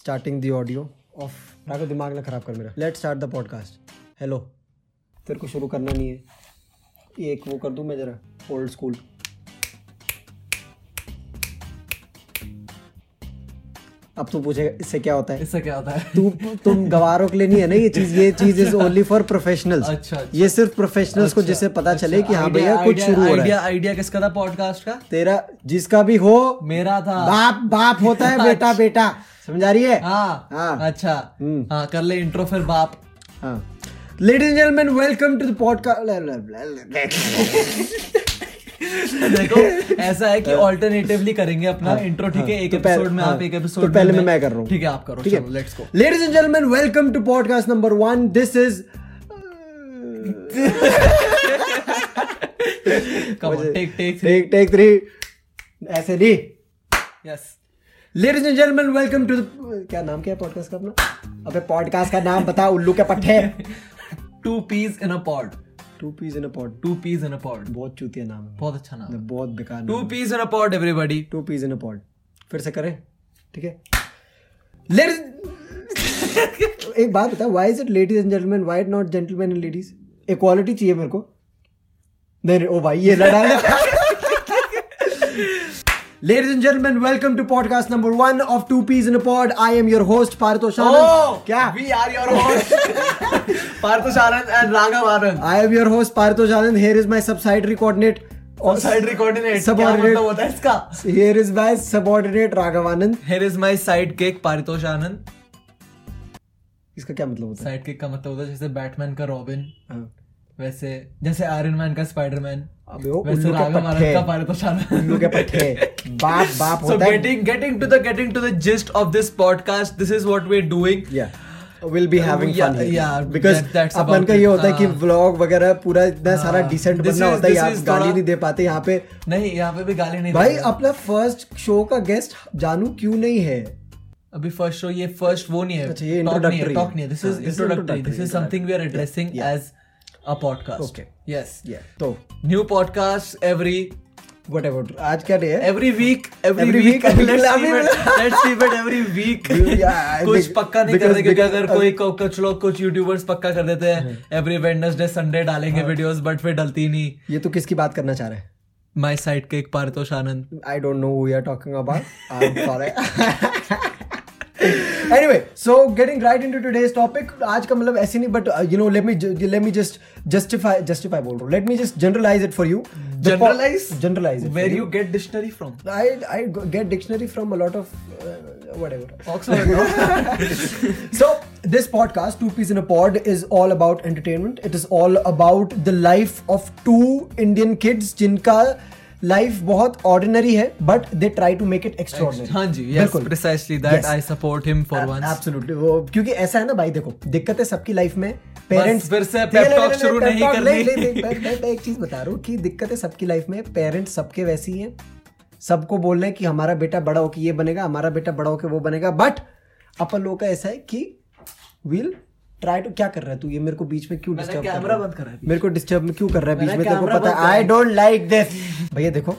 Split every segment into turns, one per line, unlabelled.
Starting the audio of ताको दिमाग ना खराब कर मेरा let start the podcast hello तेरे को शुरू करना नहीं है ये एक वो कर दूँ मैं ज़रा ओल्ड स्कूल अब तू पूछेगा इससे क्या होता है
इससे क्या होता है
तू तुम गवारों के लिए नहीं है ना ये चीज ये चीज इज ओनली फॉर प्रोफेशनल्स
अच्छा, अच्छा।
ये सिर्फ प्रोफेशनल्स को जिससे पता चले कि हाँ भैया कुछ शुरू हो रहा है
आइडिया आइडिया किसका था पॉडकास्ट का
तेरा जिसका भी हो
मेरा था
बाप बाप होता है बेटा बेटा समझा रही है हाँ।
हाँ। हाँ अच्छा
हम्म।
हाँ कर ले इंट्रो फिर बाप
हाँ ladies and gentleman welcome to the podcast
देखो ऐसा है कि ऑल्टरनेटिवली करेंगे अपना इंट्रो ठीक है एक
तो पहले-
एपिसोड में आप
हाँ,
एक
तो
एपिसोड
पहले मैं- मैं कर रहा हूँ।
ठीक है आप करो
ठीक है
चलो let's go
ladies and gentleman welcome to podcast number one this is
come on take take
take take three ऐसे नहीं
yes
ladies and gentleman welcome to क्या नाम क्या है पॉडकास्ट का अपना अबे पॉडकास्ट का नाम बता उल्लू के पट्टे
two piece in a pot
two piece in a pod
two piece in a pot
बहुत चूतिया नाम है
बहुत अच्छा नाम
बहुत बेकार
टू
नाम
piece in a pot everybody
two piece in a pod फिर से करें ठीक है लेडीज एक बात बता why is it ladies and gentleman why not gentleman and ladies equality चाहिए मेरे को नहीं नहीं, ओ भाई ये लड़ा Ladies and gentlemen, welcome to podcast number one of Two Peas in a Pod. I am your host Paritosh Anand.
Oh!
क्या
we are your host Partho Sarang and Raghav Anand
I am your host Paritosh Anand. Here is my subsidiary coordinate.
और side रिकॉर्डिनेट
सब
क्या
ordinate-
मतलब होता है इसका
Here is my subordinate Raghavanand.
here is my sidekick Paritosh आनंद
इसका क्या मतलब होता है
sidekick का मतलब होता है जैसे बैटमैन का रॉबिन
हाँ।
वैसे जैसे आयरन मैन का स्पाइडरमैन
अबे वो
वैसे
उल्लू तो के पट्टे।
राघव आनंद का तो- पारितोष आनंद
उल्लू के पट्टे बाप बाप
so
होता है
getting getting to the getting to the gist of this podcast this is what we're doing
yeah we'll be having
Yeah,
fun here.
yeah,
because
that- that's
अपन
about
का
it.
ये होता है कि
हाँ।
व्लॉग वगैरह पूरा इतना सारा
हाँ।
डिसेंट
This
बनना
is-
होता है
this
आप
is
गाली
थोड़ा-
नहीं दे पाते यहाँ पे
नहीं यहाँ पे भी गाली नहीं
भाई
देंगे।
अपना फर्स्ट शो का गेस्ट जानू क्यों नहीं है
अभी फर्स्ट शो ये फर्स्ट वो नहीं है
अच्छा, ये
talk नहीं है
introductory
टॉक नहीं है दिस
है।
इज
हाँ, this is
introductory
introductory,
this is something we are addressing
Yeah.
As a podcast
Okay.
Yes
yeah तो
न्यू पॉडकास्ट एवरी
whatever आज क्या डे है
every week
Every
every week
week,
let's
every-
see it let's see it every week
Yeah, I
कुछ
think-
पक्का नहीं कर
because-
रहे क्योंकि
because- Hmm.
अगर कोई को- कुछ लोग कुछ यूट्यूबर्स पक्का कर देते हैं एवरी वेडनेसडे संडे डालेंगे वीडियोस बट फिर डलती नहीं
ये तो किसकी बात करना चाह रहा है
my sidekick Paritosh Anand
I don't know who you're talking about. I'm sorry. anyway, so getting right into today's topic, आज का मतलब ऐसे नहीं but uh, you know let me ju- let me just justify justify बोल रहा हूँ. Let me just generalize it for you. The po-
Generalize?
generalize it.
Where you get dictionary from
I I go- get dictionary from a lot of uh, whatever.
Oxford
so this podcast two peas in a pod is all about entertainment it is all about the life of two indian kids जिनका life बहुत ordinary है but they try to make it extraordinary
हाँ जी yes
बिल्कुल।
Precisely that
Yes.
I support him for once
Absolutely. वो क्योंकि ऐसा है ना भाई देखो दिक्कतें सबकी लाइफ में पेरेंट्स
फिर से pep talk शुरू नहीं करनी।
मैं एक चीज बता रहा हूँ कि दिक्कतें सबकी लाइफ में पेरेंट्स सबके वैसे ही हैं सबको बोल रहे हैं कि हमारा बेटा बड़ा होके ये बनेगा हमारा बेटा बड़ा होके वो बनेगा बट अपन लोगों का ऐसा है कि वील ट्राई टू क्या कर रहा है तू ये मेरे को बीच में क्यों
मैंने
डिस्टर्ब
कैमरा बंद करा है बीच
मेरे को डिस्टर्ब में क्यों कर रहा है बीच
मैंने
में तेरे को
कैमरा
पता
बंद करा
आई
है।
डोंट लाइक दिस भैया देखो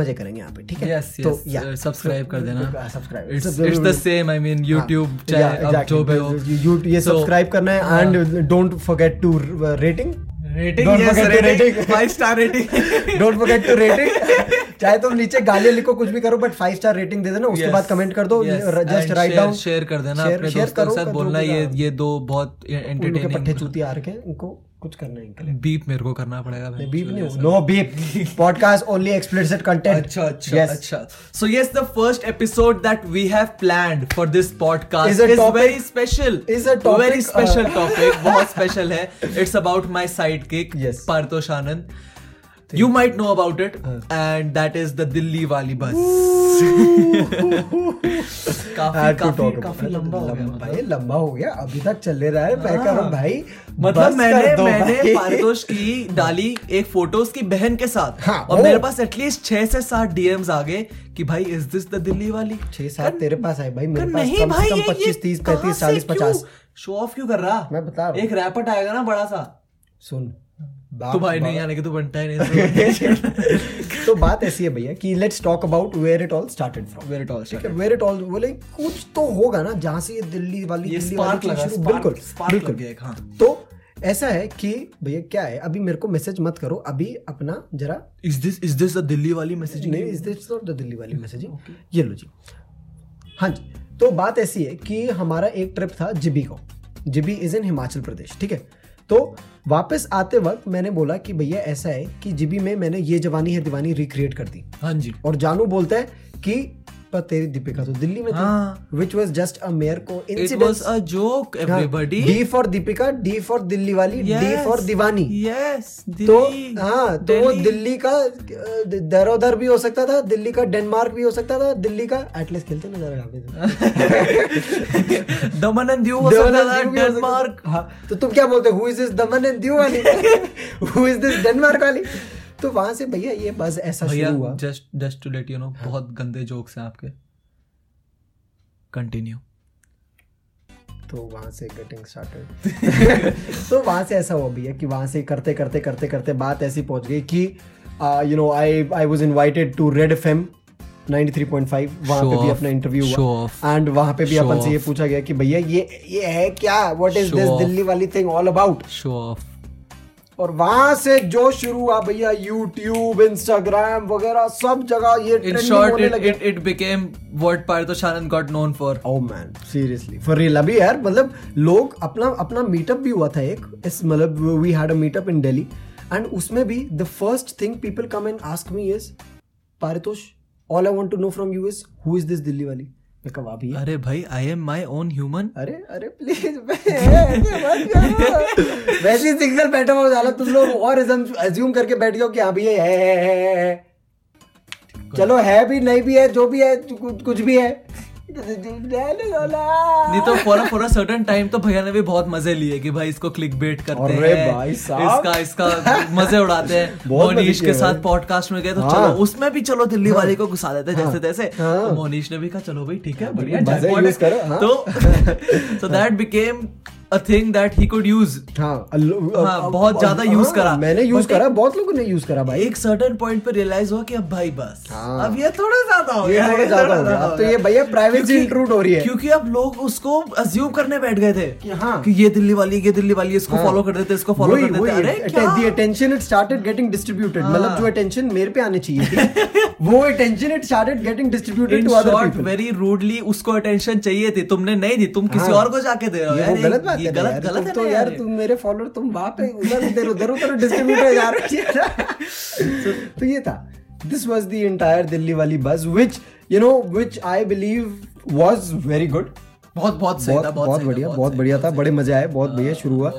मजे करेंगे यहाँ पे ठीक है
यस
तो या
यस सब्सक्राइब uh, कर देना
subscribe
it's it's the same I
हाँ.
मीन YouTube चाहे अब जो भी हो हाँ।
ये सब्सक्राइब करना है and don't forget to rating
rating
Don't
yes
forget to
rating
rating.
5 star rating
don't forget to rating चाहे तुम नीचे गालियां लिखो कुछ भी करो बट फाइव स्टार रेटिंग दे देना उसके
Yes,
बाद कमेंट कर दो
yes,
just
and
right
share-
down
share कर देना अपने दोस्तों के साथ बोलना ये ये दो बहुत
उनके पट्टे
एंटरटेनिंग
चूती आ रखे हैं, इनको कुछ करना है इनके लिए
बीप मेरे को करना पड़ेगा भाई
बीप नहीं no beep podcast only explicit content
अच्छा अच्छा अच्छा so yes the first episode that we have planned for this
Is
podcast
a
is
topic-
very special
is a topic,
very
uh,
special topic बहुत special है it's about my sidekick
Yes. Uh.
Paritosh Anand You might know about it, and that is the Delhi wali bus. काफी
Had to
काफी
talk about
काफी
it.
लंबा हो गया
लंबा-
मतलब।
भाई लंबा हो गया अभी तक चले रहा है मैं कह रहा हूं, भाई
मतलब
बस
मैंने
कर दो
मैंने
भाई।
पारितोष की डाली एक फोटो उसकी बहन के साथ
हाँ,
और
ओ।
मेरे पास एटलीस्ट छह से सात डीएम्स आ गए कि भाई इज दिस द दिल्ली वाली
छह सात तेरे पास आए भाई
कर
मेरे पास
नहीं
कम
भाई
से कम
ये- ये
पच्चीस तीस
कहाँ
पैंतीस
से
चालीस
क्यों?
पचास
शो ऑफ क्यों कर रहा
मैं बता रहा हूँ।
एक रैपर आएगा ना बड़ा सा
सुन बाप
तो भाई नहीं
बाप।
यहाँ लेके तो बनता ही नहीं
तो बात ऐसी है भैया कि let's talk about where it all started from
Where it all
ठीक है वेयर इट ऑल बोले कुछ तो होगा ना जहाँ से ये दिल्ली वाली
ये
दिल्ली वाली
स्पार्क
चीज़
लगा
शुरू-
spark-
बिल्कुल
spark
बिल्कुल
लग गया एक, हाँ।
तो ऐसा है कि भैया क्या है अभी मेरे को मैसेज मत करो अभी अपना जरा
is this is this the Delhi वाली मैसेजिंग
नहीं is this not the Delhi वाली मैसेजिंग ये लो जी हाँ जी तो बात ऐसी है कि हमारा एक ट्रिप था जिबी को जिबी इज इन हिमाचल प्रदेश ठीक है तो वापस आते वक्त मैंने बोला कि भैया ऐसा है कि जिबी में मैंने ये जवानी है दीवानी रिक्रिएट कर दी
हाँ जी
और जानू बोलता है कि पर तेरी दीपिका तो दिल्ली में
हाँ।
थी which was just a mere को
it was
incident
a joke
हाँ।
Everybody
D for Deepika D for Delhi वाली डी फॉर दीवानी
यस
तो हाँ तो वो दिल्ली का अ, दरोदर भी हो सकता था दिल्ली का डेनमार्क भी हो सकता था दिल्ली का एटलीस्ट खेलते ना जरा काफी दिन।
दमन एंड दीव हो
दमन
सकता
and
तो था
दीव भी हो सकता
डेनमार्क
था। हाँ, तो तुम क्या बोलते who is this Daman and Diu वाली हु इज दिस डेनमार्क वाली तो वहां से भैया ये बस ऐसा
भैया
शुरू हुआ
just just to let you know बहुत गंदे जोक्स हैं आपके कंटिन्यू
तो वहां से गेटिंग स्टार्टेड तो वहां से ऐसा हुआ भैया कि वहां से करते करते करते करते बात ऐसी पहुंच गई कि uh, you know I I was invited to red FM 93.5 वहां
Show
पे भी
off,
अपना इंटरव्यू
show
हुआ
off,
एंड वहां पे भी
show
अपन से ये
off.
पूछा गया कि भैया ये ये है क्या what is
Show
this
off.
Delhi वाली thing all about
show off
और वहां से जो शुरू हुआ भैया यूट्यूब इंस्टाग्राम वगैरह सब जगह ये
इन
ट्रेंडिंग
शॉर्ट
होने
इट
लगे
it it became what Partho Shanan got known for
oh man seriously for real अभी यार मतलब लोग अपना अपना मीटअप भी हुआ था एक इस मतलब we had a meetup in Delhi and उसमें भी the first thing people come and ask me is Paritosh all I want to know from you is who is this Delhi वाली मैं कहा भाभी
अरे भाई I am my own human
अरे अरे प्लीज वैसे सिग्नल बैठा हुआ डाला तुम लोग और अज्यूम करके बैठ गए हो कि हाँ भैया है, है, है, है, है चलो है भी नहीं भी है जो भी है कुछ कुछ भी है
नहीं तो for for a certain time तो भैया ने भी बहुत मजे लिए कि भाई इसको क्लिक बेट करते
अरे
हैं
भाई साहब।
इसका इसका मजे उड़ाते हैं
बहुत मजे
मोनीश
किए
के साथ
भाई।
पॉडकास्ट में गए तो
हाँ।
चलो उसमें भी चलो दिल्ली वाले को घुसा देते हैं जैसे तैसे
हाँ।
तो मोनीश ने भी कहा चलो भाई ठीक है बढ़िया
मजे
jackpot है।
use करो, हाँ।
तो so that became a thing that he could use
हाँ, अल- अ-
हाँ,
अ-
बहुत ज्यादा
हाँ,
use करा।
मैंने यूज
But
करा बहुत लोगों ने यूज करा भाई
एक सर्टेन पॉइंट पे रियलाइज हुआ कि अब भाई बस
हाँ।
अब ये थोड़ा ज्यादा हो
ये
गया
थोड़ा
ये
ज्यादा हो
थोड़ा
गया। अब
हो
तो ये
गया।
भैया privacy
क्योंकि-
intrude हो रही है।
क्योंकि अब लोग उसको अज्यूम करने बैठ गए थे
कि हाँ।
कि ये दिल्ली वाली ये दिल्ली वाली इसको फॉलो कर देते इसको फॉलो कर देते अरे क्या हाँ।
Attention it started getting distributed मतलब जो अटेंशन मेरे पे आनी चाहिए थी वो attention it started getting distributed
in
to other
short
people
very rudely उसको अटेंशन चाहिए थी तुमने नहीं दी तुम किसी
हाँ।
और को जाके दे रहे हो
ये
यार,
वो गलत बात
ये
है ना
गलत
यार
गलत
तुम
है
तो
ना
यार
ये।
तुम मेरे फॉलोअर तुम वहां पे उधर उधर उधर उधर डिस्ट्रीब्यूट हो जा रहे हो यार। तो ये था this was the entire Delhi वाली buzz which you know which I believe was very good
बहुत बहुत सही
बहुत
था
बहुत
सही था, हाँ,
बढ़िया बहुत
सही
बढ़िया था बड़े मजे आए बहुत बढ़िया शुरू हुआ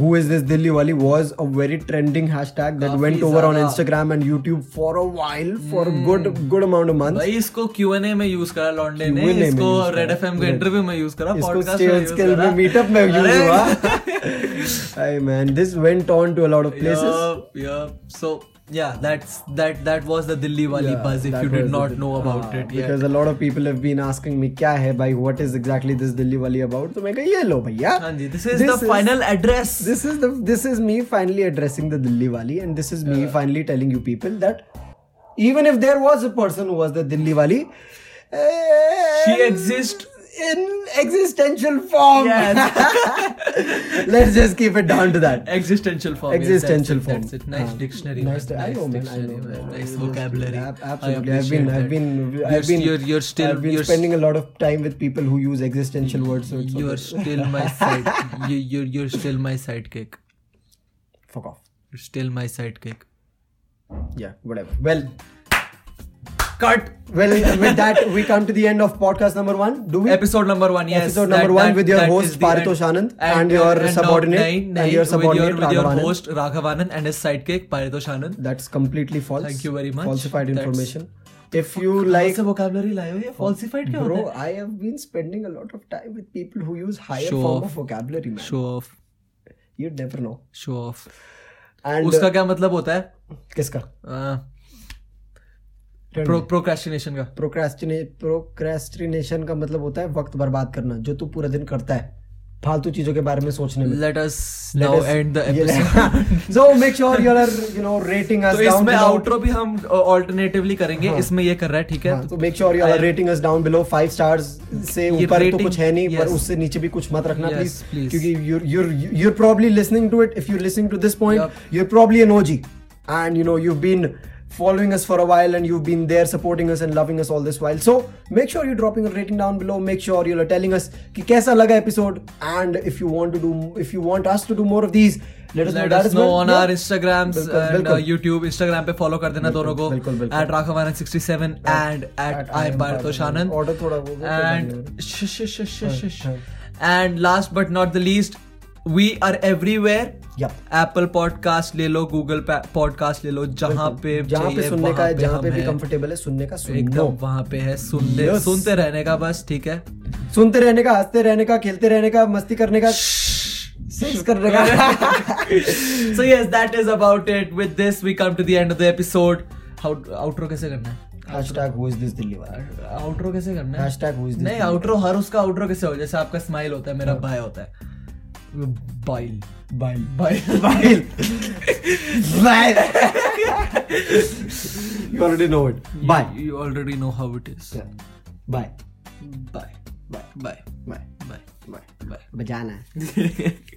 हु इज दिस दिल्ली वाली was a very trending hashtag that went over on Instagram and YouTube for a while for
hmm.
Good good amount of months
भाई इसको Q&A में यूज करा लॉन्डे
Q&A
ने
में
इसको
use करा,
रेड एफएम के इंटरव्यू में यूज करा
इसको
podcast
स्टेज
use
स्किल
करा।
में मीटअप में यूज
अरे,
हुआ I man this went on to a lot of places
Yup, yup. So yeah, that's that that was the Delhi wali
Yeah,
buzz. If
that
you did
was the
not
thing.
know about
हाँ,
it yet,
because a lot of people have been asking me क्या है भाई what is exactly this Delhi वाली about तो मैं कहा ये लो भैया
हाँ जी, this is the final address.
this is the this is me finally addressing the Delhi Wali and this is me finally telling you people that even if there was a person who was the Delhi Wali
She
eh,
exists.
in existential form
Yes. Eh,
let's just keep it down to that
Existential form. yes,
Existential
that's
form.
it, That's it. Nice
हाँ,
dictionary.
nice-
man,
I know, man, I know,
dictionary, man,
man, I
Nice
know,
vocably.
ab-
I
absolutely i've been
appreciate
i've
that.
been
You're
i've been
s- you're you're still
i've been
you're s-
spending a lot of time with people who use existential words so it's
you're
okay.
still my side. you you're you're still my sidekick.
fuck off
You're still my sidekick.
yeah whatever well
Cut.
well with that we come to the end of podcast number one do we
Episode number one, yes.
Episode number one with your host
is the
Paritosh
end.
Anand and your
no,
subordinate-
nine,
and
nine,
your subordinate
with your, with your
Raghavanand.
host Raghavanand and his sidekick Paritosh Anand.
that's completely false
Thank you very much.
falsified
That's-
information if you like
से vocabulary लाए हो ये falsified क्या
bro
होता
i have been spending a lot of time with people who use higher
Show
form
off.
of vocabulary
है
man
show off
you'd never know
show off
and uh,
उसका क्या मतलब होता है
किसका
Uh, प्रो
Hmm.
प्रोक्रेस्टिनेशन का
procrastina procrastination का मतलब होता है वक्त बर्बाद करना जो तू पूरा दिन करता है फालतू चीजों के बारे में सोचने में
let us now and the episode
so make sure you are you know rating us
तो इसमें आउटरो भी हम ऑल्टरनेटिवली करेंगे इसमें ये कर रहा है ठीक है
हाँ। तो make sure you are rating us down below 5 stars से
ये
ऊपर तो
rating-
कुछ है नहीं पर
yes.
उससे नीचे भी कुछ मत रखना
Yes,
प्लीज
please.
क्योंकि you you you are probably listening to it if you listening to this
Yup.
Point you are probably an OG and you know you been following us for a while and you've been there supporting us and loving us all this while so make sure you're dropping a rating down below make sure you're telling us कि कैसा लगा episode and if you want to do if you want us to do more of these let us know
Let
that
us
as
know
well.
on
Yeah.
our Instagrams
बिल्कुल,
and uh,
बिल्कुल.
YouTube. Instagram पे follow कर देना दोनों को
बिल्कुल, बिल्कुल.
at rakhavan67 and at
I
I
am
am Paritosh
Paritosh
Anand.
Order थोड़ा वो- वो
and sh- sh- sh- sh- sh- sh-
हाँ.
and last but not the least, we are everywhere.
Yup.
Apple podcast ले लो, Google pa- podcast ले लो, जहाँ पे
जहाँ पे
चाहिए,
सुनने का
वहाँ
है जहाँ
हम
पे भी
हैं।
कंफर्टेबल है सुनने का सुनो
एकदम वहाँ पे है सुनने
Yes.
सुनते रहने का बस ठीक है
सुनते रहने का हंसते रहने का खेलते रहने का मस्ती करने का सेक्स करने का
so yes that is about it with this we come to the end of the episode Out- outro कैसे करना है
hashtag who is this Delhi वाला
आउटरो कैसे करना है
हैशटैग हु इज
नहीं आउटरो हर उसका आउटरो कैसे हो जैसे आपका स्माइल होता है मेरा बाय होता है बाइल
बाइल
बाइल
बाइल बाइल you already know it bye
you already know how it is
bye
bye
bye
bye
bye
bye
बजाना है
बाय